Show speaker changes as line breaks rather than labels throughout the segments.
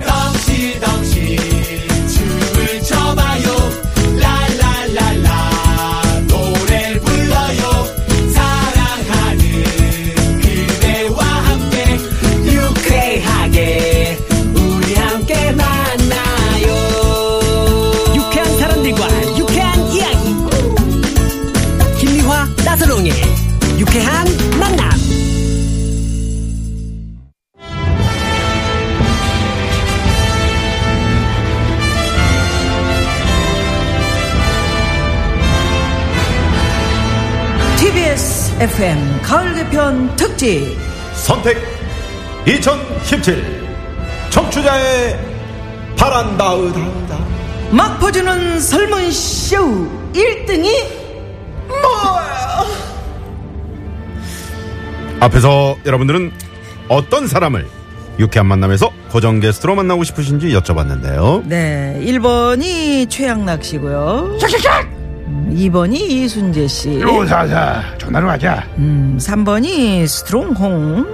덩실덩실 춤을 춰봐요 라라라라 노래를 불러요 사랑하는 그대와 함께 유쾌하게 우리 함께 만나요 유쾌한 사람들과 유쾌한 이야기 김미화 나선홍의 유쾌한 만남
TBS FM 가을 개편 특집
선택 2017 청취자의 바란다으다
막 퍼주는 설문쇼 1등이 뭐야?
앞에서 여러분들은 어떤 사람을 유쾌한 만남에서 고정 게스트로 만나고 싶으신지 여쭤봤는데요.
네, 1번이 최양락 씨고요. 2번이 이순재 씨.
요사사 어, 전화로 하자
음, 3번이 스트롱홍.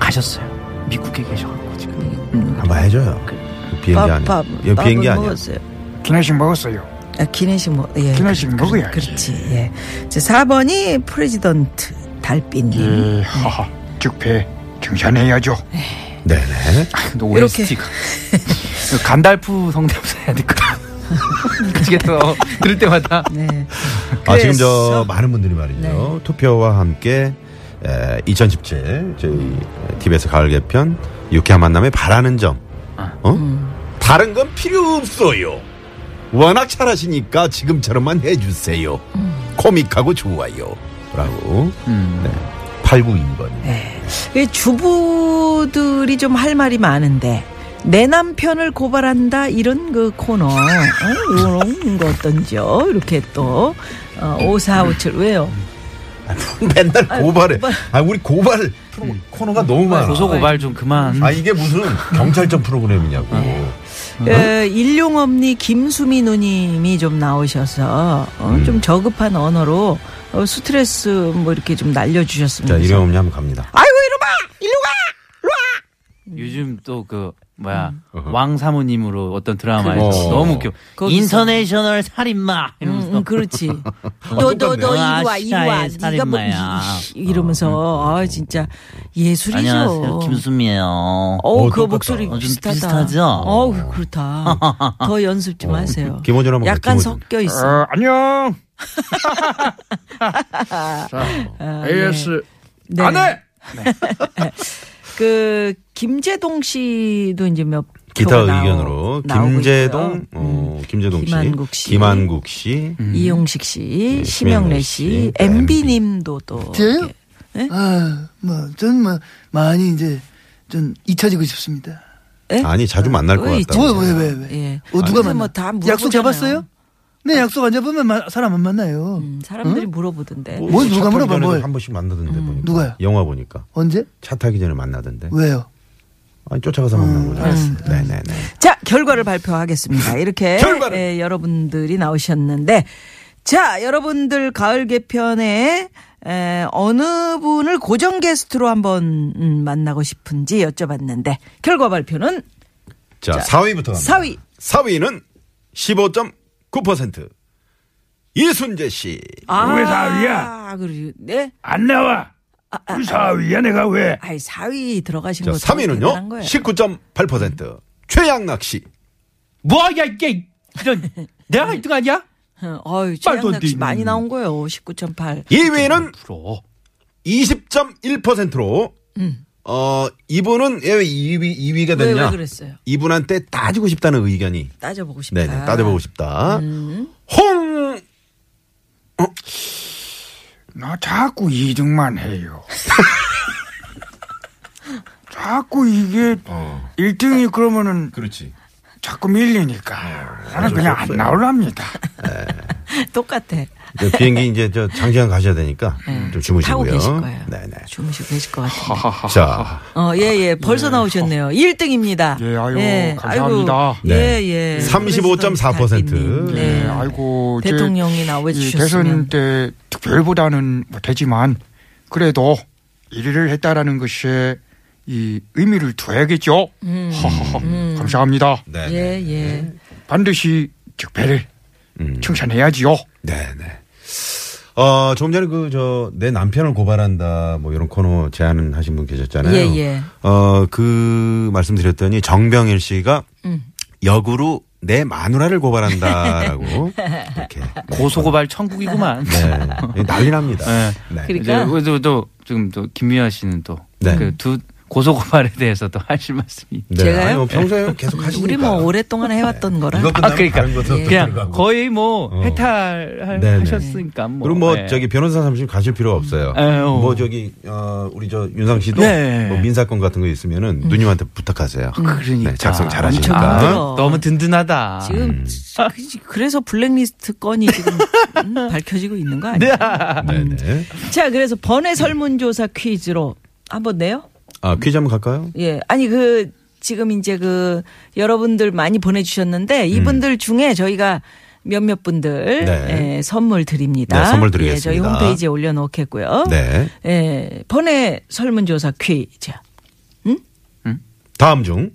가셨어요 미국에 계셔가지고 지금
한번 해줘요. 그 비행기 안에. 이거 비행기
밥은 뭐
아니야.
먹었어요.
기내식 먹었어요
아, 기내식 먹, 예.
기내식
그- 그-
먹어야지.
그렇지, 예. 이제 4번이 프레지던트 달빛님.
예 하하 네. 죽패 증산해야죠
네네.
너
이렇게.
OST가 그 간달프 성대모사 해야 될까 미치겠어 들을 때마다
네.
아, 지금
그래서-
저 많은 분들이 말이죠.
네.
투표와 함께 에, 2017 저희 TBS 가을 개편 유쾌한 만남에 바라는 점. 어?
음.
다른 건 필요 없어요. 워낙 잘하시니까 지금처럼만 해주세요.
음.
코믹하고 좋아요. 라고. 네.
음.
892번.
이 주부들이 좀 할 말이 많은데 내 남편을 고발한다 이런 그 코너 어, 이런 거 어떤지요? 이렇게 또 어, 5457 왜요?
맨날 고발해. 아, 우리 고발 프로 코너가 너무 많아.
고소 고발 좀 그만.
아, 이게 무슨 경찰청 프로그램이냐고.
네.
에, 어, 일용엄니 김수미 누님이 좀 나오셔서 어,
음.
좀 저급한 언어로 어, 스트레스 뭐 이렇게 좀 날려주셨습니다.
자, 이없냐 한번 갑니다.
아이고 이놈아 일로 가!
요즘 또 그 뭐야 왕 사모님으로 어떤 드라마에서
그렇지.
너무 웃겨.
거기서.
인터내셔널 살인마 이러면서
응, 응, 그렇지. 음, 너, 너, 너,
음, 어, 똑같네.
이리 와,
아,
이리 와.
시사의
네가 뭐, 이-
살인마야. 어,
이- 이러면서, 아, 진짜, 예술이죠.
안녕하세요 김수미예요.
어우,
어,
그
똑같다.
목소리
어,
좀
비슷하다.
비슷하죠?
어우, 그렇다. 더 연습 좀 하세요.
어, 김호준 한번
약간
가, 김호준.
섞여 있어.
어, 안녕
아,
AS
네.
안해
그, 김재동 씨도 이제 몇.
기타
표가 나오-
의견으로
나오고
김재동,
있고요. 음.
어, 김재동
김한국 씨. 음.
씨, 김한국 씨,
이용식 씨,
음.
심영래
네, 심영래
씨,
씨,
MB
MB.
님도 또.
저요?
이렇게.
아, 뭐, 저는 뭐, 많이 이제, 좀 잊혀지고 싶습니다.
아니 자주 만날 것
어이,
같다.
뭐, 왜, 왜, 왜?
예.
어, 누가
요새
만나?
뭐다 물어보잖아요. 아.
약속 잡았어요? 네, 약속 안 잡으면 마- 사람 안 만나요.
음, 사람들이 물어보던데.
뭘 누가 물어봐, 뭘.
한 번씩 만나던데 보니까.
누가요?
영화 보니까
언제?
차 타기 전에 만나던데.
왜요?
아니 쫓아가서 만난 거죠. 네네네.
자 결과를 발표하겠습니다. 이렇게
결과를.
예, 여러분들이 나오셨는데 자 여러분들 가을 개편에 에, 어느 분을 고정 게스트로 한번 음, 만나고 싶은지 여쭤봤는데 결과 발표는
자, 4위부터 갑니다.
4위.
4위는 15.9% 이순재 씨.
왜 4위야
아 그러죠. 네.
안 나와 왜 4위야 내가 왜
아이 4위 들어가신
자,
뭐 거
3위는요. 19.8% 최양락 씨.
뭐야 이게 이런 내가 1등 아니야?
어유
말도 안
최양락 씨
돼.
많이 나온 거예요. 19.8.
2위는
부러.
20.1%로 어 이분은 왜 2위 2위가
음. 왜,
됐냐?
왜 그랬어요?
이분한테 따지고 싶다는 의견이
따져보고 싶다. 음.
네네 따져보고 싶다. 홍
나 자꾸 이득만 해요. 자꾸 이게 일 1등이 어. 그러면은
그렇지.
자꾸 밀리니까 나는 그냥 안 나올랍니다.
똑같아.
비행기 이제 저 장시간 가셔야 되니까 좀 주무시고요.
네. 타고 계실 거예요.
네네.
주무시고 계실 것 같아요.
자
어, 예, 예. 벌써 나오셨네요. 1등입니다.
예, 아유, 감사합니다.
네.
예, 예.
35.4%.
프레지던트 달빛님.
네,
네.
아이고 이제
대통령이 나와
이
주셨으면
음, 대선 때 특, 별보다는 못하지만 그래도 1위를 했다라는 것에 이 의미를 두어야겠죠.
음,
허허허. 감사합니다.
네.
예,
네.
예.
반드시 적배를
음.
청산해야지요.
네, 네. 어, 조금 전에 그, 저, 내 남편을 고발한다, 뭐, 이런 코너 제안을 하신 분 계셨잖아요.
예, 예.
어, 그, 말씀드렸더니 정병일 씨가
음.
역으로 내 마누라를 고발한다라고 이렇게.
고소고발 천국이구만.
네. 난리 납니다.
네.
네.
그리-
이제
그러니까.
또, 또 지금 또 김미아 씨는
네.
또그 두 고소고발에 대해서 또 하실 말씀이.
네.
제가요?
아니, 뭐 평소에 계속 하시니까.
우리 뭐 오랫동안 해왔던 예. 거라.
이거 끝나면
아, 그러니까.
다른 것도 또
그냥
들어가고.
거의 뭐
어. 네네.
해탈하셨으니까 뭐.
그리고 뭐
예.
네.
저기 변호사 사무실 가실 필요 없어요.
에휴.
뭐 저기 어 우리 저 윤상 씨도
네.
뭐 민사건 같은 거 있으면은 누님한테 부탁하세요.
그러니까.
네, 작성
엄청
잘하시니까.
힘들어.
너무 든든하다.
지금
음.
그- 그래서 블랙리스트 건이 지금 음, 밝혀지고 있는 거 아니에요?
네네.
자, 그래서 번외 설문조사 퀴즈로 한번 내요?
아 퀴즈 한번 갈까요?
예. 아니 그 지금 이제 그 여러분들 많이 보내주셨는데 이분들 중에 저희가 몇몇 분들
네.
예, 선물 드립니다.
네,
예,
선물
저희
드리겠습니다.
홈페이지에 올려놓겠고요.
네.
예, 번외 설문조사 퀴즈.
다음 중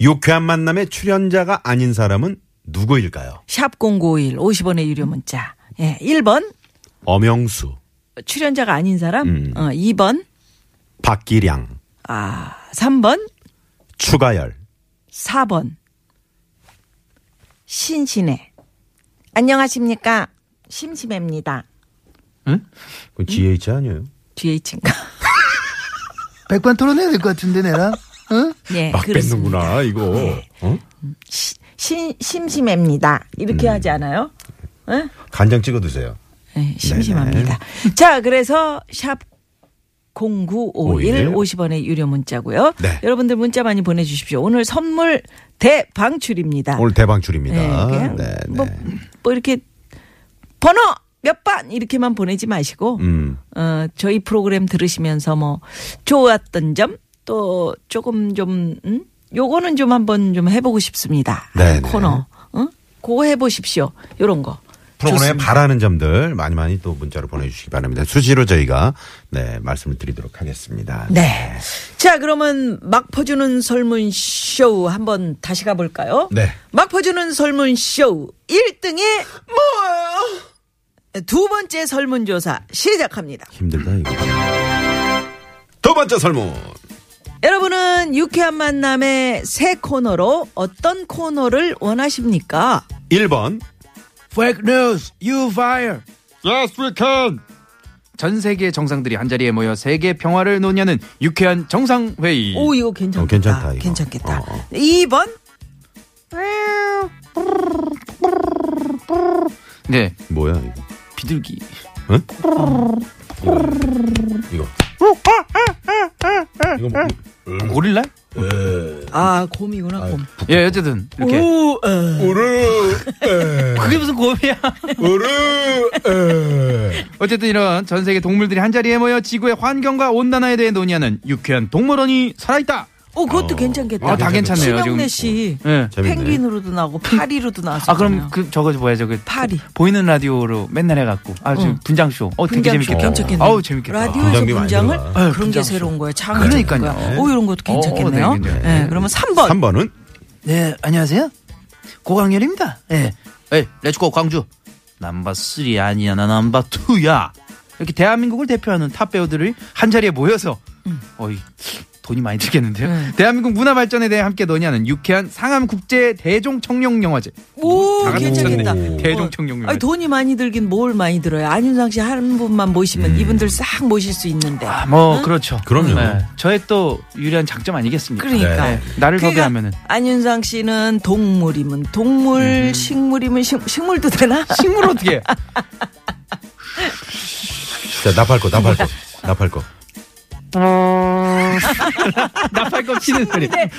유쾌한 만남의 출연자가 아닌 사람은 누구일까요?
샵 0951, 50원의 유료 문자. 예, 1번
엄영수,
출연자가 아닌 사람.
음.
어, 2번,
박기량,
아, 3번,
추가열,
4번. 신신해. 안녕하십니까. 심심해입니다.
그 GH 아니에요?
뒤에 있친가.
백반 토론해야 될 것 같은데 내랑. 어?
예,
막
그렇습니다.
뺐는구나 이거. 어?
시- 신, 심심합니다. 이렇게 하지 않아요? 예?
간장 찍어 드세요.
예, 심심합니다. 네. 자, 그래서 샵 0951,
51.
50원의 유료 문자고요.
네.
여러분들 문자 많이 보내주십시오. 오늘 선물 대방출입니다. 예,
오늘
그냥
대방출입니다. 네, 네.
뭐, 뭐 이렇게 번호 몇 번 이렇게만 보내지 마시고
음.
어, 저희 프로그램 들으시면서 뭐 좋았던 점 또 조금 좀 음? 요거는 좀 한번 좀 해보고 싶습니다.
네네.
코너, 응? 그거 해보십시오. 요런 거.
프로그램에
좋습니다.
바라는 점들 많이 많이 또 문자로 보내주시기 바랍니다. 수시로 저희가 네 말씀을 드리도록 하겠습니다.
네. 자, 그러면 막 퍼주는 설문 쇼 한번 다시 가볼까요?
네.
막 퍼주는 설문 쇼 1등이 뭐예요? 두 번째 설문조사 시작합니다.
힘들다 이거. 두 번째 설문.
여러분은 유쾌한 만남의 새 코너로 어떤 코너를 원하십니까?
1번
Fake news, you fire. Yes, we can.
전 세계 정상들이 한 자리에 모여 세계 평화를 논의하는 유쾌한 정상 회의.
오, 이거 괜찮다.
어, 괜찮다, 이거.
괜찮겠다.
어, 어.
2번?
네,
뭐야 이거?
비둘기.
응? 이거. 이거 뭐,
음.
고릴라?
아, 곰이구나, 곰.
예, 어쨌든 이렇게.
오, 에.
그게 무슨 고비야?
뭐,
어쨌든 이런 전 세계 동물들이 한 자리에 모여 지구의 환경과 온난화에 대해 논의하는 유쾌한 동물원이 살아있다.
오, 그것도 괜찮겠다.
아, 다 괜찮네요.
심영래
지금.
씨.
예.
재밌네.
펭귄으로도 나오고 파리로도 나왔어.
아 그럼 그 저거 뭐야죠 그
파리.
보이는 라디오로 맨날 해갖고 아 지금 분장 쇼. 어 되게
분장
재밌겠다.
괜찮겠네.
아우 재밌겠다.
라디오에서
분장비 많이
분장을 아,
들어가.
그런 게
분장 쇼.
새로운 거야. 창
그러니까요.
오 이런 것도 괜찮겠네요.
어, 네,
네,
네,
그러면 3번.
3번은
네 안녕하세요. 고광렬입니다. 네.
에이 렛츠고 광주. 넘버 3 아니야 나 넘버 2야. 이렇게 대한민국을 대표하는 탑 배우들이 한 자리에 모여서 어이 돈이 많이 들겠는데요.
음.
대한민국 문화 발전에 대해 함께 논의하는 유쾌한 상암 국제 대종 청룡 영화제.
오,
다 같이
괜찮겠다. 뭐,
붙였네. 대종 청룡
아니, 돈이 많이 들긴 뭘 많이 들어요. 안윤상 씨 한 분만 모시면 이분들 싹 모실 수 있는데.
음. 아, 뭐 그렇죠.
그럼요.
저의 또 유리한 장점 아니겠습니까?
그러니까.
네.
나를
그러니까
섭외하면은
안윤상 씨는 동물이면 동물,
음.
식물이면 식, 식물도 되나?
식물 어떻게? 해?
자 나팔 거 나팔 거 나팔 거.
나팔 껌 치는 소리.
네.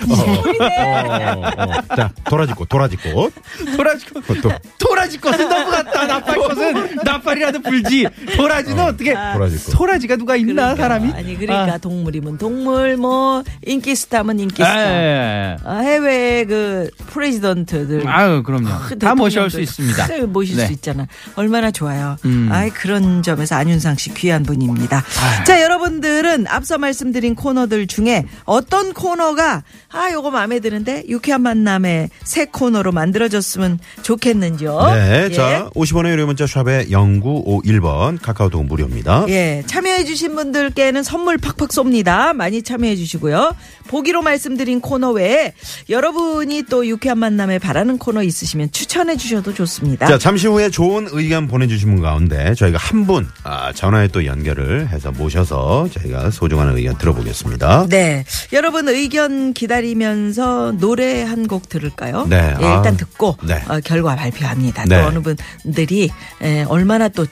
어, 어. 자, 도라지 꽃, 도라지 꽃.
도라지 꽃.
그것도
도라지 꽃은 너무 같다. 나팔 꽃은 나팔이라도 불지. 도라지는 어떻게?
아.
도라지 꽃.
소라지가 누가 있나 사람이?
아니 그러니까 동물이면 동물 뭐 인기 스타면 인기
아,
스타.
예, 예.
아, 해외 그 프레지던트들
아유 그럼요.
큰
다
대통령들
모셔올 수 있습니다.
다그 모실
네.
수 있잖아. 얼마나 좋아요.
음.
아이 그런 점에서 안윤상 씨 귀한 분입니다. 자 여러분들은 앞서 말씀드린 코너들 중에 어떤 코너가 아 요거 마음에 드는데 유쾌한 만남의 새 코너로 만들어졌으면 좋겠는지요.
네,
예.
자, 50원의 유료 문자 샵에 0951번 카카오톡 무료입니다.
예, 참여해주신 분들께는 선물 팍팍 쏩니다. 많이 참여해주시고요. 보기로 말씀드린 코너 외에 여러분이 또 유쾌한 만남에 바라는 코너 있으시면 추천해주셔도 좋습니다.
자, 잠시 후에 좋은 의견 보내주신 분 가운데 저희가 한 분, 아, 전화에 또 연결을 해서 모셔서 저희가 소중한 의견 들어보겠습니다.
네. 여러분 의견 기다리면서 노래 한 곡 들을까요?
네.
예,
아.
일단 듣고
네.
어, 결과 발표합니다.
네.
또 어느 분들이 예, 얼마나 또,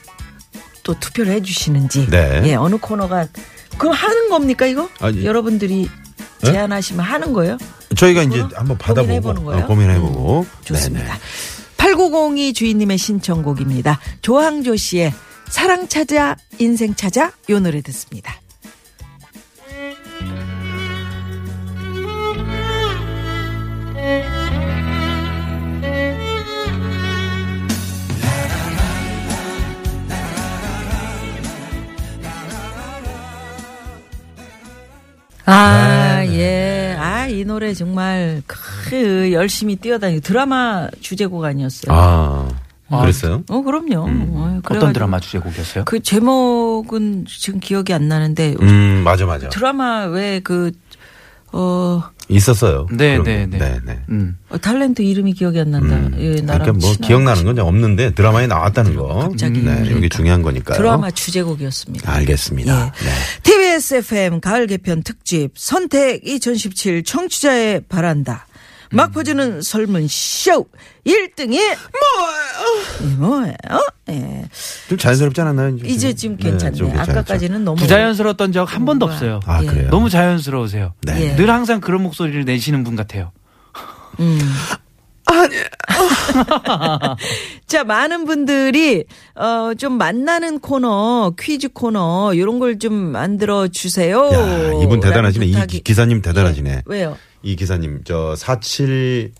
또 투표를 해주시는지.
네.
예, 어느 코너가. 그럼 하는 겁니까, 이거?
아니.
여러분들이
네?
제안하시면 하는 거예요?
저희가 이제
그거
한번 받아보고
고민해보는 거예요? 음,
어, 고민해보고 네,
좋습니다. 8902 주인님의 신청곡입니다. 조항조 씨의 사랑 찾아 인생 찾아 요 노래 듣습니다.
네,
아, 예. 아, 이 노래 정말 그 열심히 뛰어다니고 드라마 주제곡 아니었어요.
아, 음. 그랬어요?
어, 그럼요. 어,
어떤
그래가지고
드라마 주제곡이었어요?
그 제목은 지금 기억이 안 나는데
음, 맞아, 맞아.
드라마 왜 그 어,
있었어요.
네,
그런 거.
네, 네.
네.
음.
어, 탤런트 이름이 기억이 안 난다.
음.
예, 나랑
그러니까 뭐
친한
기억나는 건 없는데 드라마에 나왔다는 거.
갑자기
네, 이게
그러니까.
중요한 거니까요.
드라마 주제곡이었습니다.
알겠습니다.
예.
네.
TBS FM 가을 개편 특집 선택 2017 청취자의 바란다. 막
음.
퍼지는 설문 쇼 1등이 뭐예요? 뭐예요? 예.
좀 자연스럽지 않았나요? 이제,
이제 지금 괜찮네.
좀
요
괜찮죠.
아까까지는 너무
부자연스러웠던 적 한 번도
뭐야.
없어요.
아,
예.
그래요?
너무 자연스러우세요.
네.
예.
늘 항상 그런 목소리를 내시는 분 같아요.
자, 많은 분들이, 어, 좀 만나는 코너, 퀴즈 코너, 요런 걸 좀 만들어 주세요.
야, 이분 대단하시네. 이
부탁이- 예.
기- 기사님 대단하시네.
왜요?
이 기사님, 저, 47,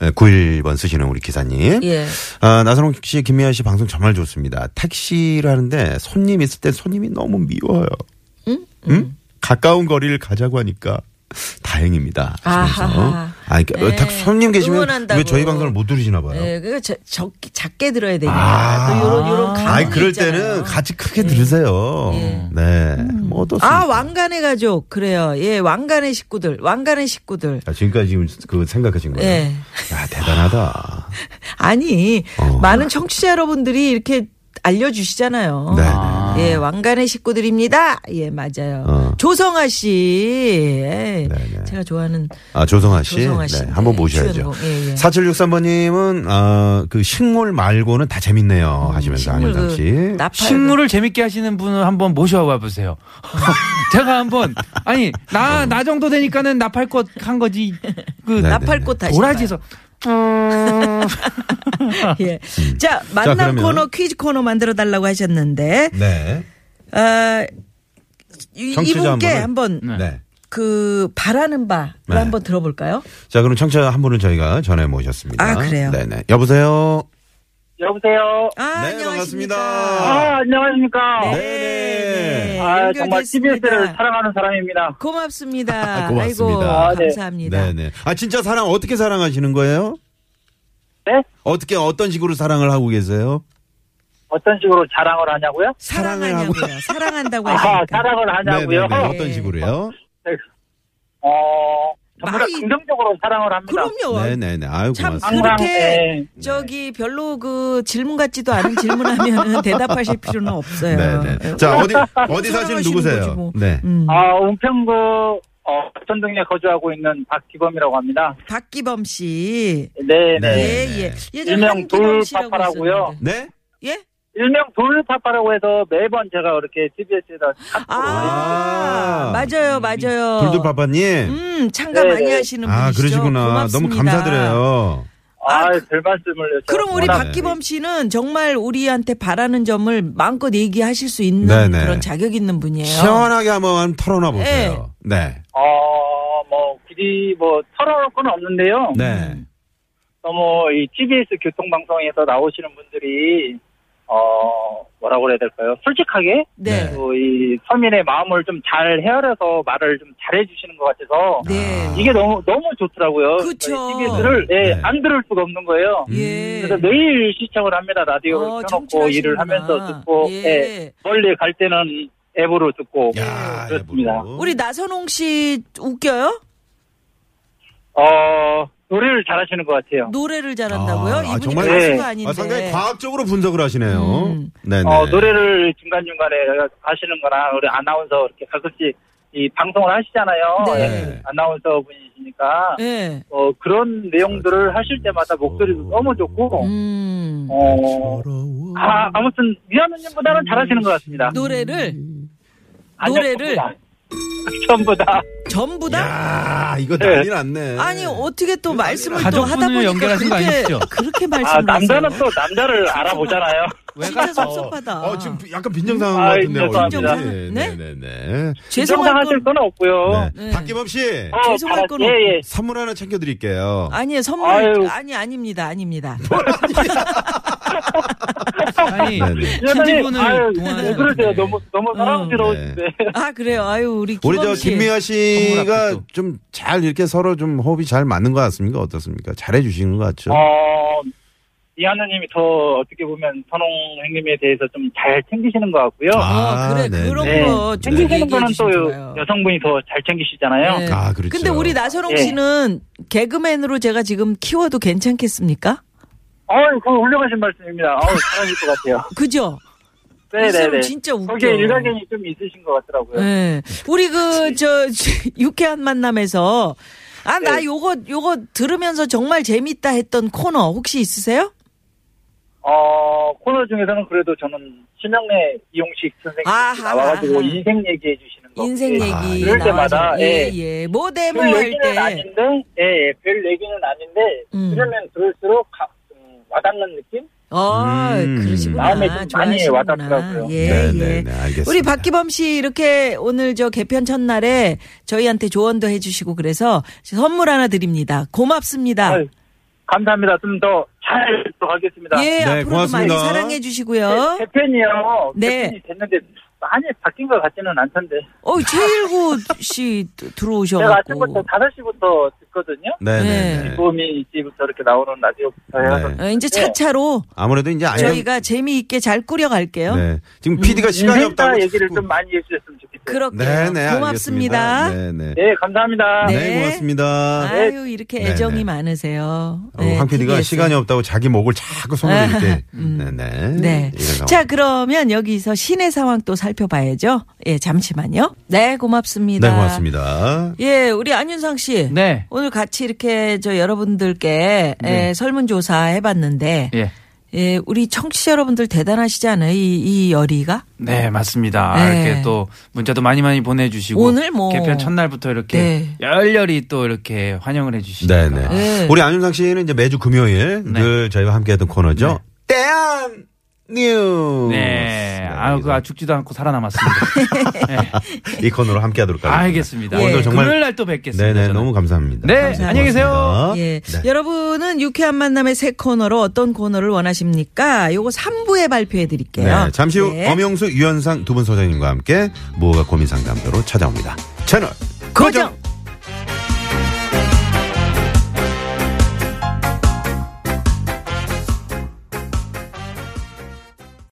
91번 쓰시는 우리 기사님.
예.
아, 나선홍 씨, 김미아 씨 방송 정말 좋습니다. 택시를 하는데 손님 있을 때 손님이 너무 미워요. 응? 가까운 거리를 가자고 하니까 다행입니다. 하시면서.
아하하.
아, 그러니까
네.
택- 손님 계시면
응원한다고.
왜 저희 방송을 못 들으시나 봐요.
예, 그거 저, 적, 작게 들어야 되니까.
아.
또 요런, 요런 감.
아이, 그럴 때는 같이 크게 들으세요. 네. 뭐 어떻습니까?
아, 왕관의 가족. 그래요. 예, 왕관의 식구들. 왕관의 식구들.
아, 지금까지 지금 그 생각하신 거예요?
예.
야, 대단하다.
아니,
어.
많은 청취자 여러분들이 이렇게 알려주시잖아요.
네. 네.
예, 왕관의 식구들입니다. 예, 맞아요.
어.
조성아 씨. 예,
네네.
제가 좋아하는
아, 조성아 씨.
조성아 씨.
네, 한번
네,
모셔야죠.
주연공. 예, 예.
4763번님은, 아, 그 식물 말고는 다 재밌네요. 하시면서
식물
안윤상
그
씨.
나팔.
식물을 재밌게 하시는 분을 한번 모셔와 보세요. 제가 한번 아니 나 나 정도 되니까는 나팔꽃 한 거지 그
어. 네.
나팔꽃 다시.
도라지에서
봐요. 예. 자, 만남
음. 그러면.
코너 퀴즈 코너 만들어 달라고 하셨는데,
네.
아, 이-
청취자
이분께
한
한번
네.
그 바라는 바를
네.
한번 들어볼까요?
자, 그럼 청취자 한 분을 저희가 전해 모셨습니다.
아, 그래요?
네네. 여보세요?
여보세요.
아,
네,
안녕하십니까.
반갑습니다.
아, 안녕하십니까.
네,
네네.
네,
아, 정말
연결됐습니다.
TBS를 사랑하는 사람입니다.
고맙습니다.
아, 고맙습니다.
아이고,
아,
네.
감사합니다.
네네. 아, 진짜 사랑 어떻게 사랑하시는 거예요?
네?
어떻게, 어떤 식으로 사랑을 하고 계세요?
어떤 식으로 자랑을 하냐고요?
사랑하냐고요. 사랑한다고 하시니까.
아, 자랑을 하냐고요?
네네네.
예.
어떤 식으로요?
어, 전부 다
많이-
긍정적으로 사랑을 합니다.
그럼요.
네네네. 아유,
어, 참
고맙습니다.
항상,
그렇게
네.
저기 별로 그 질문 같지도 않은 질문하면 대답하실 필요는 없어요.
네네. 자, 어디, 어디 사시는
사랑하시는 거지
누구세요?
뭐.
네.
음.
아, 은평구, 어, 천동에 거주하고 있는 박기범이라고 합니다.
박기범 씨.
네, 네.
네.
예, 예. 예전에
일명
한기범 씨라고
돌파파라고요.
있었는데.
네?
예?
일명 돌파파라고 해서 매번 제가 이렇게 TBS에다
아, 맞아요, 맞아요.
불들파파님.
어. 음, 참가
네,
많이
네.
하시는
아,
분이시죠.
그러시구나.
고맙습니다.
너무 감사드려요.
아, 별 말씀을
그- 그럼 우리
네.
박기범 씨는 정말 우리한테 바라는 점을 마음껏 얘기하실 수 있는
네, 네.
그런 자격 있는 분이에요.
시원하게 한번 털어놔 보세요. 네.
아, 어뭐 굳이 뭐 털어놓을 건 없는데요.
네.
음. 너무 이 TBS 교통방송에서 나오시는 분들이 어 뭐라고 해야 될까요? 솔직하게
네. 네.
또 이 서민의 마음을 좀 잘 헤아려서 말을 좀 잘해주시는 것 같아서
네.
이게 너무 너무 좋더라고요.
그쵸.
TBS를 예,
네.
안 들을 수가 없는 거예요.
예.
음. 그래서 네. 매일 시청을 합니다. 라디오를
어,
켜놓고 일을
청취하시는구나.
하면서 듣고
예.
예, 멀리 갈 때는 앱으로 듣고
야, 예, 뭐. 아,
그렇습니다.
앱으로.
우리 나선홍 씨 웃겨요?
어 노래를 잘하시는 것 같아요.
노래를 잘한다고요?
아,
이분이
정말?
가수가
네.
아닌데.
아, 상당히 과학적으로 분석을 하시네요.
음.
네네.
어, 노래를 중간중간에 하시는거나 우리 아나운서 이렇게 가끔씩 이 방송을 하시잖아요. 예.
네.
네.
아나운서 분이시니까
예.
어, 그런 내용들을 하실 때마다 목소리도 너무 좋고
어. 음.
어, 아, 아무튼 미아누님보다는 잘하시는 것 같습니다.
노래를
아니요,
노래를
전부 다.
전부 다
야, 아, 이거
네.
난리 났네.
아니 어떻게 또 말씀을 또
가족분을
하다 보니까
연결하신 거
그렇게,
아니시죠?
그렇게
아,
말씀을
남자는
하세요.
또 남자를 알아보잖아요.
진짜 섭섭하다.
어, 지금 약간 빈정 상황
아이,
같은데.
죄송합니다.
얼굴이. 네, 네, 네.
죄송할
하실
건
건 없고요.
네.
네.
박기범 씨,
어,
죄송할
바-
건
예,
없고.
예.
선물 하나 챙겨드릴게요.
아니에요 선물
아유.
아니 아닙니다 아닙니다.
아니
네, 네.
여사님,
편집분을
아유,
네.
동안-
왜 그러세요? 너무
어,
너무 사랑스러우신데.
네.
아 그래요 아유 우리
우리
기범
저
씨.
김미아
선물
씨가
앞에
좀 잘 이렇게 서로 좀 호흡이 잘 맞는 것 같습니까? 어떻습니까? 잘해 주시는 것
네.
같죠?
어, 이하느님이 더 어떻게 보면 선홍 형님에 대해서 좀 잘 챙기시는 것 같고요.
아, 그래
네,
그런
네.
거
네.
좀 얘기해
챙기시는 거는 또
주시면 좋아요.
여성분이 더 잘 챙기시잖아요.
네.
아, 그렇죠.
근데 우리 나선홍
예.
씨는 개그맨으로 제가 지금 키워도 괜찮겠습니까?
어이, 그 훌륭하신 말씀입니다. 어우, 잘하실 것 같아요.
그죠? 이
네네네.
사람 진짜 웃겨.
거기에 일가견이 좀 있으신 것 같더라고요.
예. 우리 그, 저, 유쾌한 만남에서, 아, 나
네.
요거, 요거 들으면서 정말 재밌다 했던 코너 혹시 있으세요?
어, 코너 중에서는 그래도 저는 심영래 이용식 선생님
아하,
나와가지고
아하.
인생 얘기해 주시는 거.
인생
예.
얘기.
그럴 때마다,
나와서.
예.
예, 예. 모데모
별
할
얘기는
때.
아닌데, 예, 예, 별 얘기는 아닌데,
음.
들으면 들을수록 가- 음, 와닿는 느낌?
어,
음.
그러시구나.
마음에 좀 많이
좋아하시구나.
와닿더라고요.
예,
네,
예.
네, 네, 알겠습니다.
우리 박기범 씨 이렇게 오늘 저 개편 첫날에 저희한테 조언도 해주시고 그래서 선물 하나 드립니다. 고맙습니다.
아유, 네. 감사합니다. 좀 더 잘 하겠습니다.
예,
네,
앞으로도
고맙습니다.
많이 사랑해
네,
주시고요.
대표님이요.
네.
대표님 됐는데 많이 바뀐 것 같지는 않던데.
어, 최일구 씨
제가 아침부터
들어오셔가지고.
5시부터 듣거든요.
네, 네,
네.
네.
도움이 이제부터 이렇게 나오는 라디오부터 해서.
네.
어, 이제
네.
차차로
아무래도 이제 아니
저희가 재미있게 잘 꾸려갈게요.
네. 지금
음,
PD가 시간이
인생사
없다고
얘기를
자꾸-
좀 많이 해주셨으면 좋겠어요.
그렇게
네,
요
네,
고맙습니다.
알겠습니다. 네, 네.
네, 감사합니다.
네,
네.
고맙습니다.
아유 네, 이렇게
네,
애정이
네.
많으세요.
어, 황 PD가
TBS.
시간이 없다고 자기 목을 자꾸 손으로 이렇게. 네, 네.
아, 네.
이런 상황.
자 그러면 여기서 시내 상황 또 살펴봐야죠. 예 잠시만요. 네 고맙습니다.
네, 고맙습니다.
예 우리 안윤상 씨.
네.
오늘 같이 이렇게 저 여러분들께 예, 설문조사 해봤는데
예.
예, 우리 청취자 여러분들 대단하시지 않아요? 이, 이 열의가?
네 맞습니다.
네.
이렇게 또 문자도 많이 많이 보내주시고
오늘 뭐-
개편 첫날부터 이렇게
네.
열렬히 또 이렇게 환영을 해주시니까
네네.
네.
우리 안윤상 씨는 이제 매주 금요일
네.
늘 저희와 함께했던 코너죠. 대한 뉴스.
네. 아유 그
여기서
아 죽지도 않고 살아남았습니다. 네.
이 코너로 함께하도록 하겠습니다.
알겠습니다.
네.
예,
오늘 정말
금요일 날 또 뵙겠습니다.
네네
저는.
너무 감사합니다.
네, 안녕히 계세요.
고맙습니다.
예.
네.
여러분은 유쾌한 만남의 새 코너로 어떤 코너를 원하십니까? 요거 3부에 발표해 드릴게요.
예.
네, 잠시 후
네.
엄영수 유현상 두 분 소장님과 함께 무허가 고민 상담소로 찾아옵니다. 채널
고정!
고정.